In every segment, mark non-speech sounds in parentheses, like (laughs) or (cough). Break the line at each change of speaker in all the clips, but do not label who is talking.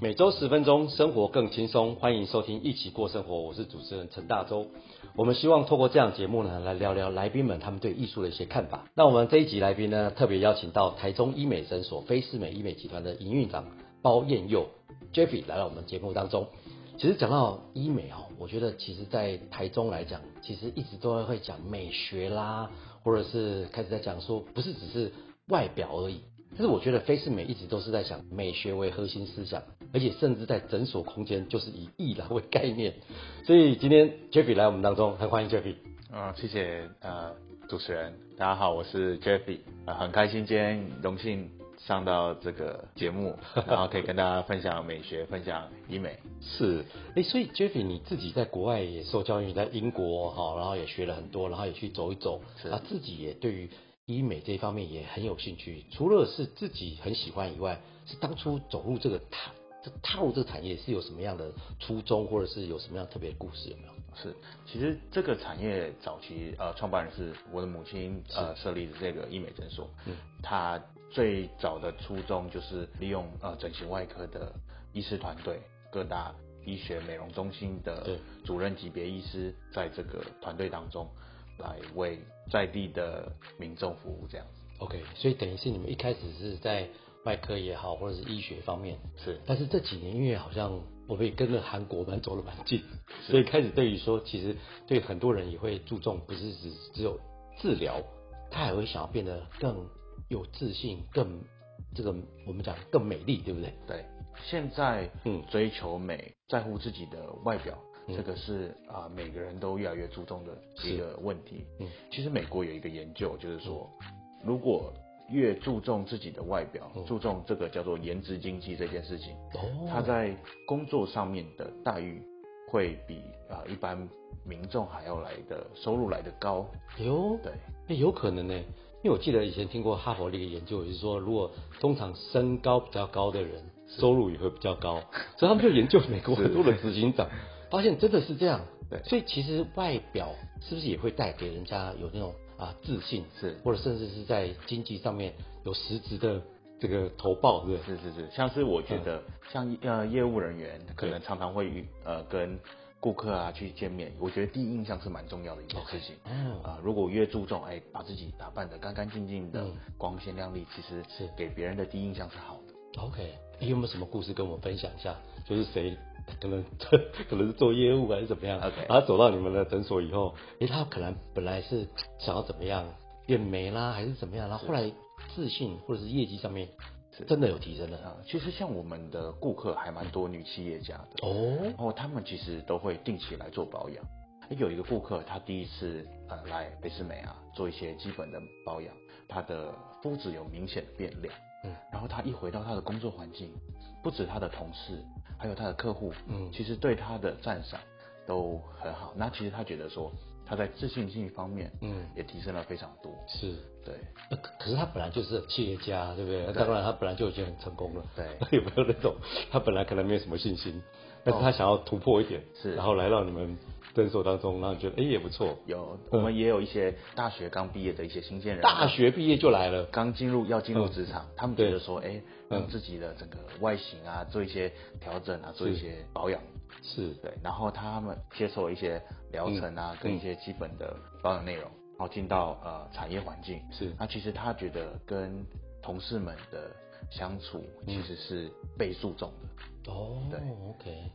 每周十分钟，生活更轻松。欢迎收听《一起过生活》，我是主持人陈大洲。我们希望透过这样节目呢，来聊聊来宾们他们对艺术的一些看法。那我们这一集来宾呢，特别邀请到台中医美诊所菲士美医美集团的营运长包彦佑 Jeffy 来到我们节目当中。其实讲到医美哦，我觉得其实，在台中来讲，其实一直都会讲美学啦，或者是开始在讲说，不是只是外表而已。但是我觉得菲士美一直都是在想美学为核心思想，而且甚至在诊所空间就是以易燃为概念。所以今天 Jeffy 来我们当中，很欢迎 Jeffy。
啊，谢谢呃主持人，大家好，我是 Jeffy，呃，很开心今天荣幸上到这个节目，然后可以跟大家分享美学，分享医美。
是，哎，所以 Jeffy 你自己在国外也受教育，在英国哈，然后也学了很多，然后也去走一走，
是
啊，自己也对于医美这一方面也很有兴趣。除了是自己很喜欢以外，是当初走入这个踏这踏入这个产业是有什么样的初衷，或者是有什么样特别的故事有没有？
是，其实这个产业早期呃，创办人是我的母亲呃设立的这个医美诊所，
嗯
她最早的初衷就是利用呃整形外科的医师团队，各大医学美容中心的
对
主任级别医师在这个团队当中来为在地的民众服务，这样子
OK，所以等于是你们一开始是在外科也好，或者是医学方面，
是
但是这几年因为好像我们也跟着韩国蛮走得蛮近，所以开始对于说，其实对很多人也会注重，不是只只有治疗，他还会想要变得更有自信，更这个我们讲更美丽，对不对？
对，现在
嗯
追求美，在乎自己的外表，
嗯
这个是啊、每个人都越来越注重的一个问题。
嗯，
其实美国有一个研究，就是说，如果越注重自己的外表，
嗯
注重这个叫做颜值经济这件事情，
哦
他在工作上面的待遇会比啊、一般民众还要来的收入来的高。
有
对，
欸有可能呢、因为我记得以前听过哈佛的一个研究，也是说，如果通常身高比较高的人，收入也会比较高，所以他们就研究美国很多的执行长，发现真的是这样。
对
所以其实外表是不是也会带给人家有那种啊自信，
是
或者甚至是在经济上面有实质的这个投报，对不对？
是是是，像是我觉
嗯
得，像呃业务人员可
对
能常常会与呃跟顾客啊去见面，我觉得第一印象是蛮重要的一件事情。
哦，
啊、如果越注重哎把自己打扮的干干净净的
嗯、
光鲜亮丽，其实
是
给别人的第一印象是好的。
OK，你有没有什么故事跟我分享一下？就是谁可能 (laughs) 可能是做业务还是怎么样
OK
然后走到你们的诊所以后，诶，他可能本来是想要怎么样变美啦，还是怎么样，然后后来自信或者是业绩上面
是
真的有提升了。
啊、其实像我们的顾客还蛮多女企业家的，
哦
然，后他们其实都会定期来做保养。诶有一个顾客，他第一次呃来贝斯美啊做一些基本的保养，他的肤质有明显的变亮。
嗯，
然后他一回到他的工作环境，不止他的同事，还有他的客户，
嗯
其实对他的赞赏都很好。那其实他觉得说他在自信心方面，
嗯，
也提升了非常多。
是。
对，
呃可可是他本来就是企业家，对不对？那当然，他本来就已经很成功了。 (laughs)
对
有没有那种他本来可能没有什么信心，但是他想要突破一点，
是
然后来到你们诊所当中，然后觉得哎也不错，
有我们也有一些大学刚毕业的一些新鲜人，
大学毕业就来了。
刚进入要进入职场，他们觉得说，哎、
嗯
让自己的整个外形啊做一些调整啊，做一些保养，
是
对，然后他们接受一些疗程啊，跟一些基本的保养内容，然后进到呃产业环境，
是
那其实他觉得跟同事们的相处其实是倍数重的，
哦
对
，OK，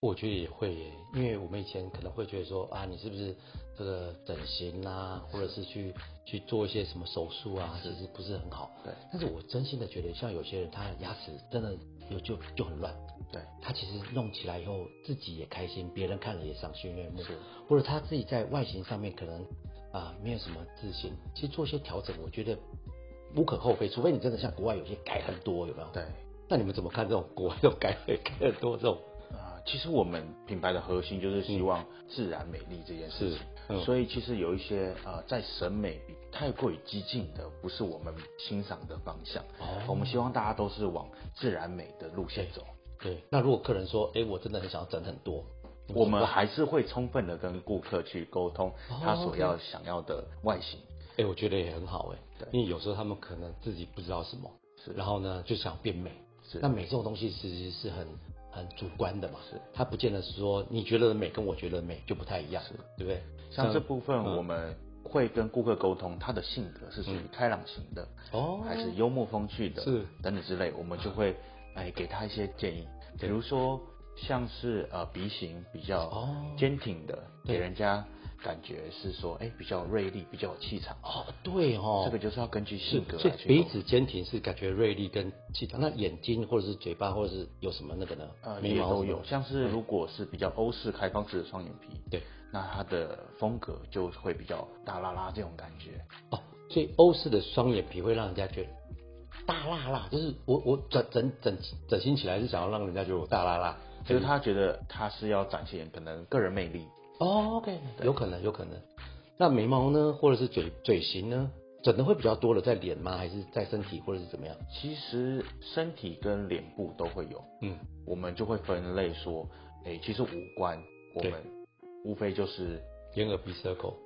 我觉得也会耶，因为我们以前可能会觉得说啊，你是不是这个整形啦、或者是去去做一些什么手术啊，其实不是很好。
对
但是我真心的觉得，像有些人他的牙齿真的有就就很乱，
对，
他其实弄起来以后自己也开心，别人看了也赏心悦目
是，
或者他自己在外形上面可能啊、没有什么自信，其实做一些调整，我觉得无可厚非，除非你真的像国外有些改很多，有没有？
对，
那你们怎么看这种国外这种改 (laughs) 改很多这种？
啊、其实我们品牌的核心就是希望自然美丽这件事情，
嗯
所以其实有一些呃，在审美太过于激进的，不是我们欣赏的方向。
哦
我们希望大家都是往自然美的路线走。
对，那如果客人说，哎、我真的很想要整很多，你
我们还是会充分的跟顾客去沟通
哦
他所要想要的外形。
哎、我觉得也很好哎、因为有时候他们可能自己不知道什么，
是
然后呢就想变美，
是
那美这种东西其实是很很主观的嘛，
是
它不见得是说你觉得的美跟我觉得的美就不太一样，
是
对不对？
像这部分
嗯
我们会跟顾客沟通，他的性格是属于
嗯
开朗型的，
哦，
还是幽默风趣的，
是
等等之类，我们就会哎给他一些建议，比
对
如说像是呃鼻型比较
哦
坚挺的，
对
给人家感觉是说哎比较锐利，比较有气场，
哦，对哦，
这个就是要根据
是
性格，
所以
来去
鼻
沟通
子坚挺是感觉锐利跟气场，那眼睛或者是嘴巴或者是有什么那个呢？
呃
眉
也
毛
都
什么
有，
的
像是如果是比较欧式开放式的双眼皮，
对，
那他的风格就会比较大啦啦这种感觉，
哦，所以欧式的双眼皮会让人家觉得大辣辣，就是我我整整整整形起来是想要让人家觉得我大辣辣，
就是他觉得他是要展现可能个人魅力，
哦，OK，有可能有可能。那眉毛呢，或者是嘴嘴型呢，整的会比较多的在脸吗？还是在身体或者是怎么样？
其实身体跟脸部都会有，
嗯，
我们就会分类说，哎、其实五官我
对
们无非就是，
眼耳鼻舌口，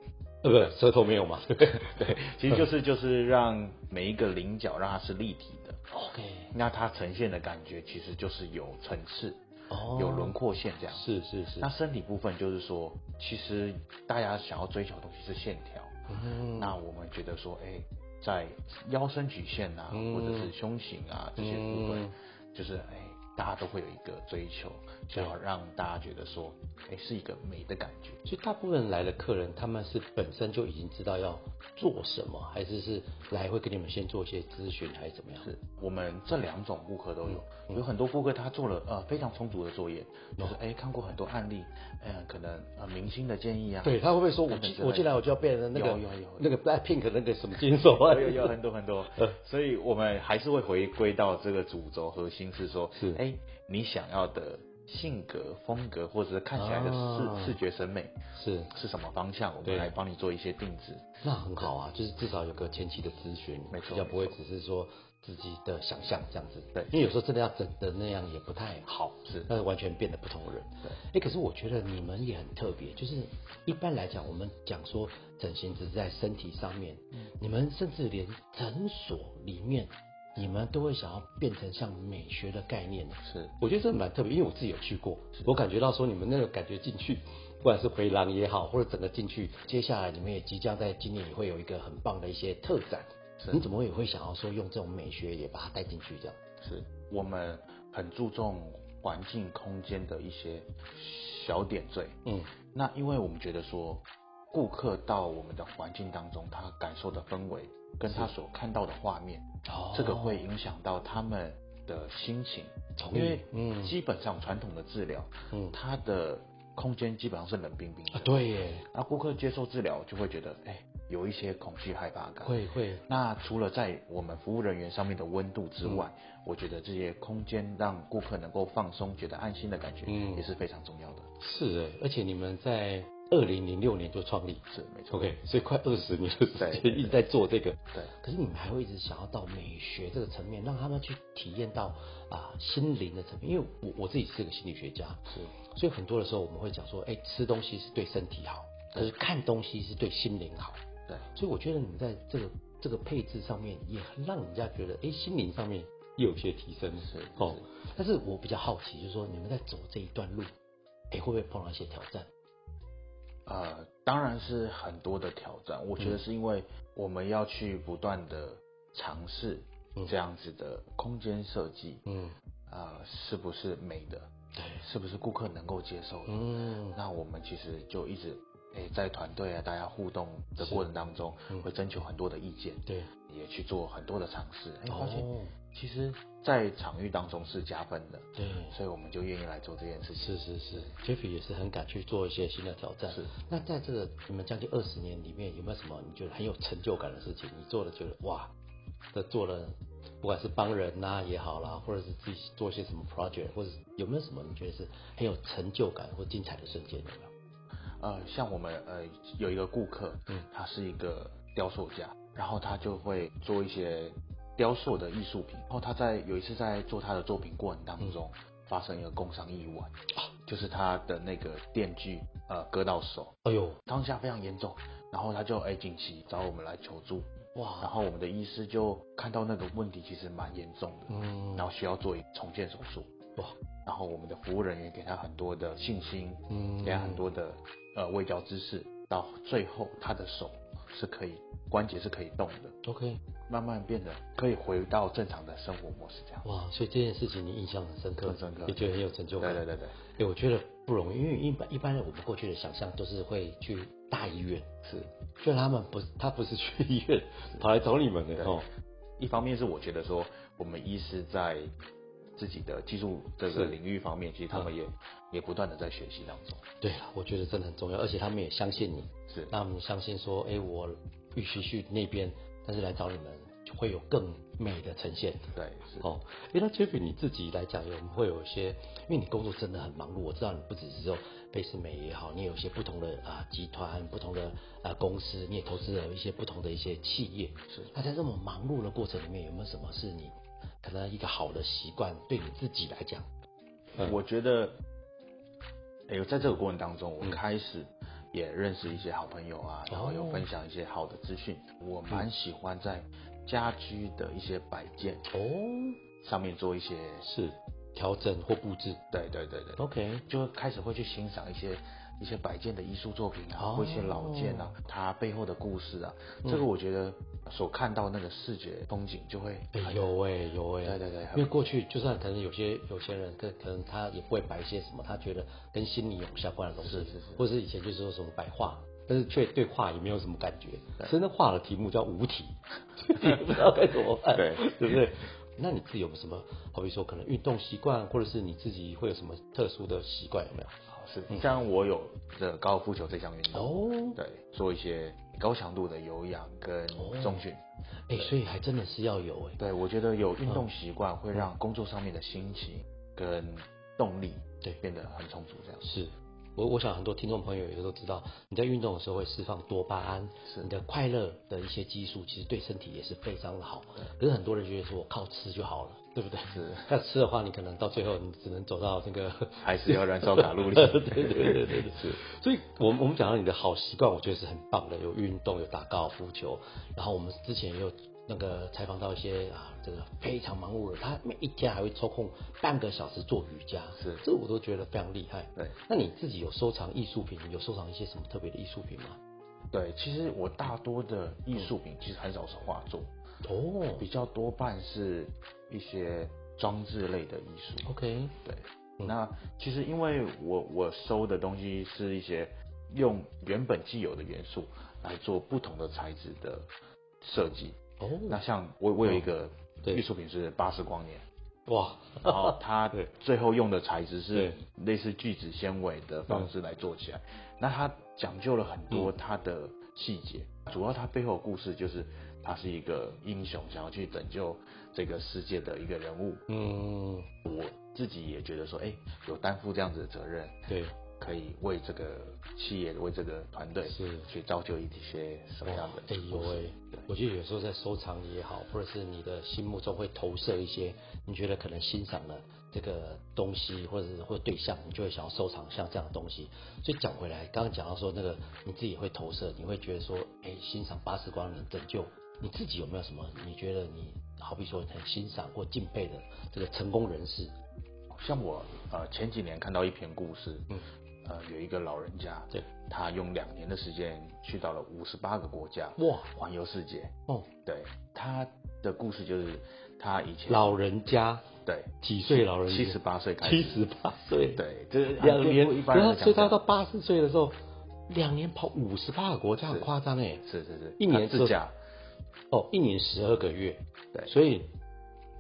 呃，不，舌头没有嘛？对 (laughs) 不对
对，其实就是就是让每一个棱角让它是立体的，
？OK，
那它呈现的感觉其实就是有层次，
哦，
有轮廓线这样。
是是是
那，身体部分就是说，其实大家想要追求的东西是线条，
嗯
那我们觉得说，哎、在腰身曲线啊，
嗯
或者是胸型啊这些部分，
嗯
就是哎、大家都会有一个追求，就要让大家觉得说，哎、是一个美的感觉。
所以大部分来的客人，他们是本身就已经知道要做什么，还是是来会跟你们先做一些咨询，还是怎么样？
是我们这两种顾客都有，
嗯
有很多顾客他做了呃非常充足的作业，就是哎、看过很多案例，嗯、可能呃明星的建议啊，
对他会不会说我
等等
进
之
我
类
进来
的
我就要变成那个
有有有有
那个 Blackpink 那个什么金手啊？
(laughs) 有有有很多很多，
呃
所以我们还是会回归到这个主轴核心是说，
是
哎、你想要的性格、风格，或者是看起来的视、
啊
视觉审美
(laughs) 是，
是什么方向，我
对
们来帮你做一些定制。
那很好啊，就是至少有个前期的咨询，
没错
比较不会只是说自己的想象这样子。对，因为有时候真的要整的那样也不太好，
是
那完全变得不同人。
对
哎、可是我觉得你们也很特别，就是一般来讲，我们讲说整形只是在身体上面，你们甚至连诊所里面，你们都会想要变成像美学的概念。
是
我觉得这蛮特别，因为我自己有去过，我感觉到说你们那个感觉进去，不管是回廊也好，或者整个进去，接下来你们也即将在今年也会有一个很棒的一些特展，
是
你怎么也会想要说用这种美学也把它带进去这样？
是，我们很注重环境空间的一些小点缀。
嗯，
那因为我们觉得说，顾客到我们的环境当中，他感受的氛围跟他所看到的画面，
哦
这个会影响到他们的心情，
同意
因为
嗯
基本上传统的治疗，
嗯
它的空间基本上是冷冰冰
啊
的，，
对耶，
那顾客接受治疗就会觉得，哎，有一些恐惧害怕感。
会会
那除了在我们服务人员上面的温度之外，
嗯
我觉得这些空间让顾客能够放松、觉得安心的感觉，
嗯
也是非常重要的。
是哎，而且你们在二零零六年就创立
是没错。
，OK，所以快二十年的时
对对
间一直在做这个，
对，
可是你们还会一直想要到美学这个层面，让他们去体验到啊、心灵的层面。因为我我自己是个心理学家，
是
所以很多的时候我们会讲说，哎，吃东西是对身体好，可是看东西是对心灵好。
对。
所以我觉得你们在这个这个配置上面，也让人家觉得，哎，心灵上面也有些提升。
是
哦，但是我比较好奇，就是说你们在走这一段路，哎，会不会碰到一些挑战？
呃，当然是很多的挑战。我
嗯
觉得是因为我们要去不断的尝试
嗯
这样子的空间设计，
嗯，
呃，是不是美的，
对，
是不是顾客能够接受的？
嗯，
那我们其实就一直诶、在团队啊，大家互动的过程当中，
嗯
会征求很多的意见，
对，
也去做很多的尝试。哎、发现
哦，
其实，在场域当中是加分的，
对。
所以我们就愿意来做这件事情。
是是是，Jeffy 也是很敢去做一些新的挑战。
是，
那在这个你们将近二十年里面，有没有什么你觉得很有成就感的事情？你做的觉得哇，这做了，不管是帮人呐、也好啦，或者是自己做些什么 project，或者是有没有什么你觉得是很有成就感或精彩的瞬间？有没有？
呃，像我们呃有一个顾客，
嗯
他是一个雕塑家，然后他就会做一些雕塑的艺术品。然后他在有一次在做他的作品过程
嗯
当中，发生一个工伤意外，就是他的那个电锯呃割到手，
哎呦，
当下非常严重，然后他就哎紧急找我们来求助，然
哇，
后我们的医师就看到那个问题其实蛮严重的，
嗯，
然后需要做一重建手术，
哇，
然后我们的服务人员给他很多的信心，
嗯
给他很多的呃卫教知识，到最后他的手是可以关节是可以动的，
OK，
慢慢变得可以回到正常的生活模式这样。
哇，所以这件事情你印象很深刻，
很深刻
也觉得很有成就
对
感。
对对对，
对，我觉得不容易，因为一般一般人我们过去的想象都是会去大医院，
是。
就他们不是他不是去医院，跑来找你们的
对
哦。
一方面是我觉得说，我们医师在自己的技术这
是嗯
个领域方面，其实他们也、也不断的在学习当中。
对了，我觉得真的很重要，而且他们也相信你，
是
那我们相信说，哎，我预期去那边，但是来找你们就会有更美的呈现。
对，是
哦，诶，那 Jeffrey 你自己来讲，我们会有一些，因为你工作真的很忙碌，我知道你不只是只有贝斯美也好，你有一些不同的啊、集团、不同的啊、公司，你也投资了一些不同的一些企业。
是。
那在这么忙碌的过程里面，有没有什么是你可能一个好的习惯，对你自己来讲？嗯
我觉得，哎、呦，在这个过程当中，我
嗯哦
开始也认识一些好朋友啊，然后有分享一些好的资讯。我蛮喜欢在家居的一些摆件
哦，
上面做一些，
是调整或布置。
对对对对，
OK，
就开始会去欣赏一些一些摆件的艺术作品啊，
哦嗯
或一些老件啊，它背后的故事啊，这个我觉得所看到那个视觉风景就会
哎
很，
有哎、有哎、
对对对
因为过去就算可能有些有些人，可可能他也不会摆一些什么，他觉得跟心理有相关的东西，
是是是
或者是以前就是说什么摆画，但是却对画也没有什么感觉，真的画的题目叫无 (laughs) 题，也不知道该怎么办，
对
对不对？那你自己有没有什么，好比说可能运动习惯，或者是你自己会有什么特殊的习惯有没有？
好是
嗯
像我有这个高尔夫球这项运动，
哦，
对，做一些高强度的有氧跟重训，
哎、所以还真的是要有哎、
对我觉得有运动习惯会让工作上面的心情跟动力
对
变得很充足，这样
是，我我想很多听众朋友也都知道，你在运动的时候会释放多巴胺，
是
你的快乐的一些激素，其实对身体也是非常的好。可是很多人觉得说我靠吃就好了，对不对？
是
(laughs) 那吃的话，你可能到最后你只能走到这
(laughs)
个
还是要燃烧卡路
(laughs)
里，
对对对对对
(laughs)
对。所以我们我们讲到你的好习惯，我觉得是很棒的，有运动，有打高尔夫球，然后我们之前也有。那个采访到一些啊，这个非常忙碌的，他每一天还会抽空半个小时做瑜伽，
是
这我都觉得非常厉害。
对
那你自己有收藏艺术品，有收藏一些什么特别的艺术品吗？
对，其实我大多的艺术品其实很少是画作，
哦
比较多半是一些装置类的艺术。
，OK，
对，
嗯
那其实因为我我收的东西是一些用原本既有的元素来做不同的材质的设计。那
哦，
像我我有一个
对
艺术品是巴斯光
(laughs)
年，
哇，
然后它
对
最后用的材质是
对嗯
类似聚酯纤维的方式来做起来。那它讲究了很多它的细节，主要它背后的故事就是他是一个英雄，想要去拯救这个世界的一个人物。
嗯，
我自己也觉得说，哎、有担负这样子的责任，
对，
可以为这个企业、为这个团队
是
去造就一些什么样的
哎呦
故事
哎
对，
我觉得有时候在收藏也好，或者是你的心目中会投射一些你觉得可能欣赏了这个东西，或者是或对象，你就会想要收藏像这样的东西。所以讲回来，刚刚讲到说那个你自己会投射，你会觉得说，哎，欣赏巴斯光年拯救，你自己有没有什么你觉得你好比说很欣赏或敬佩的这个成功人士？
像我呃前几年看到一篇故事，
嗯，
呃有一个老人家，
对，
他用两年的时间去到了五十八个国家，
哇
环游世界。
哦，
对，他的故事就是他以前
老人家
对
几岁老人家？
七十八岁开
七
始，
十八岁，
对，就是
两
很颠覆
年，
一般
然
人
后
的
所以
想
他
象
到八十岁的时候，两年跑五十八个国家，
是
很夸张哎。
是是是，
一年
他
之后
自驾，
哦，一年十二个月，
对
所以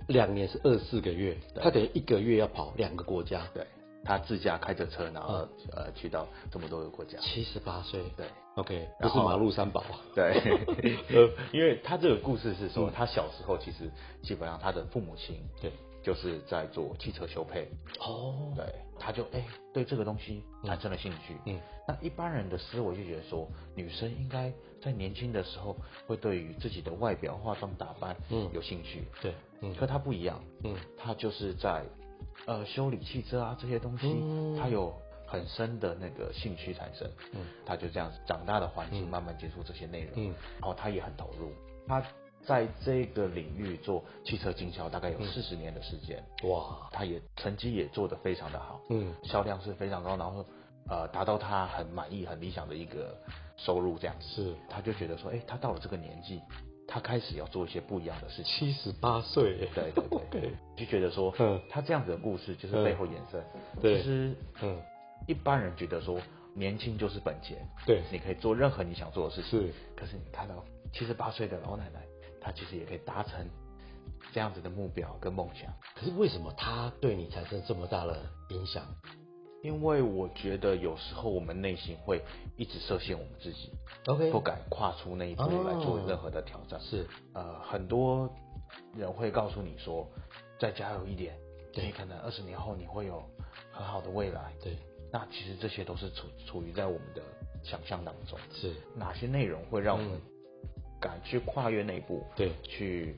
两年是二十四个月，
对
他等于一个月要跑两个国家，
对他自驾开着车，然后呃去到这么多个国家，
七十八岁
对
，OK，不
然
是
后
马路三宝，啊
对， (laughs) 嗯呃因为他这个故事是说，他小时候其实基本上他的父母亲
对，
就是在做汽车修配，
哦，
对，他就哎、对这个东西产生了兴趣。
嗯，
那一般人的思维就觉得说，女生应该在年轻的时候会对于自己的外表、化妆打扮，
嗯
有兴趣。
对，嗯
可她不一样，
嗯，
她就是在呃修理汽车啊这些东西，
嗯
她有很深的那个兴趣产生。嗯，他就这样子长大的环境慢慢接触这些内容，嗯，然后他也很投入，他在这个领域做汽车经销大概有四十年的时间，
哇，
他也成绩也做得非常的好，
嗯，
销量是非常高，然后呃达到他很满意、很理想的一个收入这样子，
是
他就觉得说，哎、他到了这个年纪，他开始要做一些不一样的事情。
七十八岁欸 (laughs) 耶，
对对对
OK，
就觉得说
嗯，
他这样子的故事就是
嗯
背后衍生。
对
其实
嗯，
一般人觉得说，年轻就是本钱，
对，
你可以做任何你想做的事情。
是，
可是你看到七十八岁的老奶奶，她其实也可以达成这样子的目标跟梦想。
可是为什么他对你产生这么大的影响？
因为我觉得有时候我们内心会一直设限我们自己，
OK，
不敢跨出那一步
哦
来做任何的挑战。
是
呃，很多人会告诉你说，再加油一点，
对
你可能二十年后你会有很好的未来。
对，
那其实这些都是处处于在我们的想象当中。
是
哪些内容会让我们敢去跨越那一步，
嗯对，
去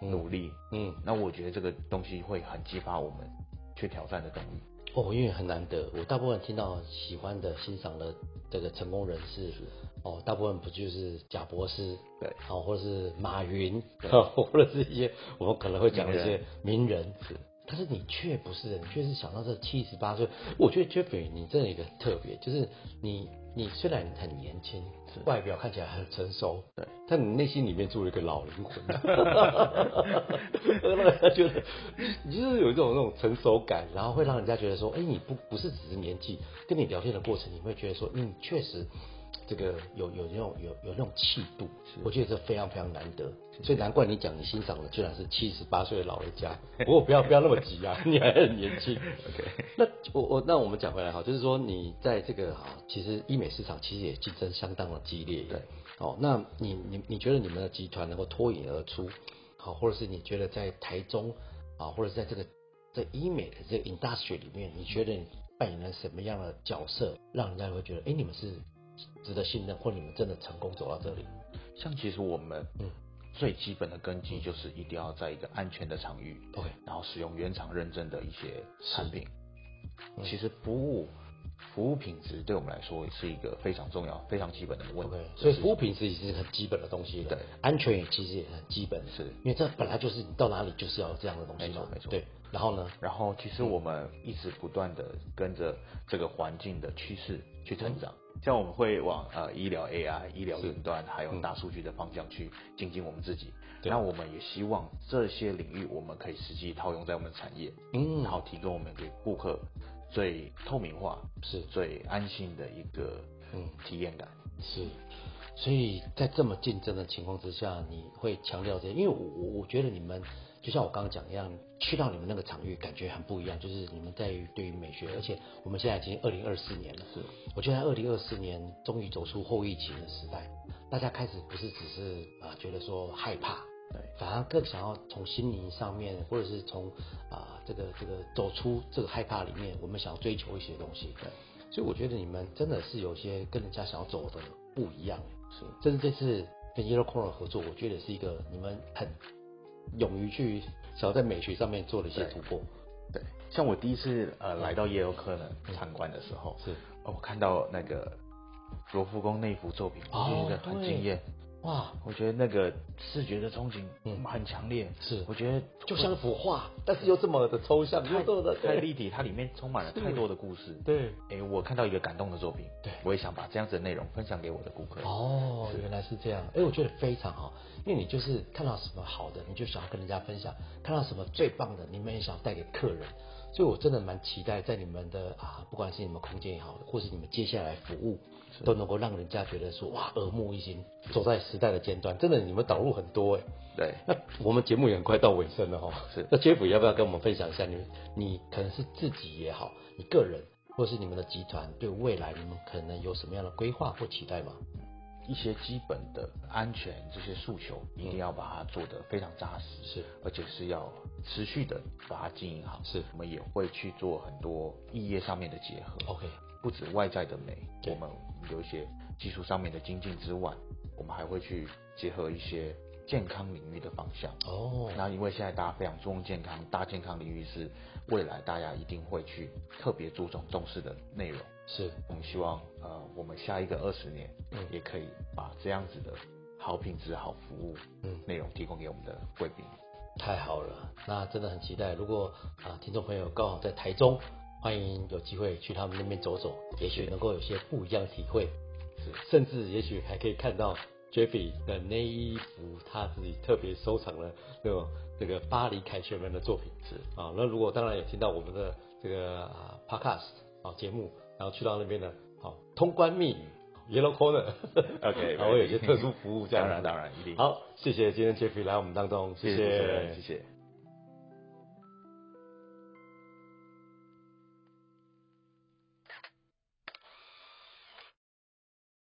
努力？
嗯，
那我觉得这个东西会很激发我们去挑战的动力。
哦，因为很难得，我大部分听到喜欢的、欣赏的这个成功人士，哦，大部分不就是贾博士，
对，
哦，或者是马云，
对
(laughs) 或者是一些我们可能会讲的一些名人，
是
但是你却不是，你却是想到这七十八岁。我觉得 Jeffrey 你这一个特别，就是你你虽然很年轻，外表看起来很成熟，
对，
但你内心里面住了一个老灵魂，让人家觉得你就是有一种那种成熟感，然后会让人家觉得说，哎、你不不是只是年纪，跟你聊天的过程，你会觉得说，嗯，确实。这个有有那种有有那种气度，我觉得这非常非常难得，所以难怪你讲你欣赏的居然是七十八岁的老人家。不过不要不要那么急啊，你还很年轻。那我我那我们讲回来哈，就是说你在这个哈，其实医美市场其实也竞争相当的激烈。
对。
哦，那你你你觉得你们的集团能够脱颖而出，好，或者是你觉得在台中啊，或者是在这个在医美的这个 industry 里面，你觉得你扮演了什么样的角色，让人家会觉得，哎、你们是值得信任，或你们真的成功走到这里？
像其实我们
嗯
最基本的根基就是一定要在一个安全的场域，
OK，
然后使用原厂认证的一些产品。
嗯
其实服务服务品质对我们来说也是一个非常重要、非常基本的问题
OK，。所以服务品质已经是很基本的东西了，
对，
安全也其实也很基本，
是
因为这本来就是你到哪里就是要有这样的东西
没
嘛
错，没错
对，然后呢，
然后其实我们一直不断的跟着这个环境的趋势去成长，嗯像我们会往呃医疗 AI、医疗云端还有大数据的方向去精进我们自己。
对
那我们也希望这些领域我们可以实际套用在我们的产业，
嗯，
然后提供我们给顾客最透明化、
是
最安心的一个
嗯
体验感。
是，所以在这么竞争的情况之下，你会强调这些，因为我我我觉得你们就像我刚刚讲一样，去到你们那个场域感觉很不一样，就是你们在于对于美学，而且我们现在已经二零二四年了，
是，
我觉得二零二四年终于走出后疫情的时代，大家开始不是只是啊、呃觉得说害怕，
对，
反而更想要从心灵上面，或者是从啊、这个这个走出这个害怕里面，我们想要追求一些东西。
对，
所以我觉得你们真的是有些跟人家想要走的不一样。是，甚至这次跟 Yellow Corner 合作，我觉得也是一个你们很勇于去想要在美学上面做的一些
对
突破。
对，像我第一次呃来到耶鲁科呢参观的时候，
是，
哦，我看到那个罗浮宫那幅作品，我
哦
就觉得很惊艳。
哇，
我觉得那个视觉的憧憬
嗯
很强烈，
是
我觉得
就像一幅画，但是又这么的抽象，
太
又这么的
太立体，它里面充满了太多的故事。
对。
哎，我看到一个感动的作品，
对
我也想把这样子的内容分享给我的顾客。
哦，原来是这样，哎，我觉得非常好，因为你就是看到什么好的，你就想要跟人家分享；看到什么最棒的，你们也想带给客人。所以，我真的蛮期待在你们的啊，不管是你们空间也好，或是你们接下来服务，都能够让人家觉得说哇，耳目一新，走在时代的尖端。真的，你们导入很多哎。
对，
那我们节目也很快到尾声了哈、哦，
是
那 Jeff 要不要跟我们分享一下你你可能是自己也好，你个人或是你们的集团对未来你们可能有什么样的规划或期待吗？
一些基本的安全这些诉求，一定要把它做得非常扎实，
是，
而且是要持续的把它经营好。
是
我们也会去做很多异业上面的结合。
OK，
不止外在的美，
哦对
我们有一些技术上面的精进之外，我们还会去结合一些健康领域的方向。
哦，
那因为现在大家非常注重健康，大健康领域是未来大家一定会去特别注重重视的内容。
是
我们希望呃，我们下一个二十年
嗯
也可以把这样子的好品质、好服务
嗯
内容提供给我们的贵宾。
太好了，那真的很期待。如果啊，听众朋友刚好在台中，欢迎有机会去他们那边走走，也许能够有些不一样的体会，
是
甚至也许还可以看到 Jeffy 的那一幅他自己特别收藏的那种这个巴黎凯旋门的作品。
是
啊，那如果当然有听到我们的这个啊 podcast 啊节目，然后去到那边呢，好、通关密语啊 Yellow Corner， (laughs)
OK，
还会有一些特殊服务这样
当
子。
然当然一定。，
好，谢谢今天 Jeffy 来我们当中，
谢
谢
谢主持人，谢谢。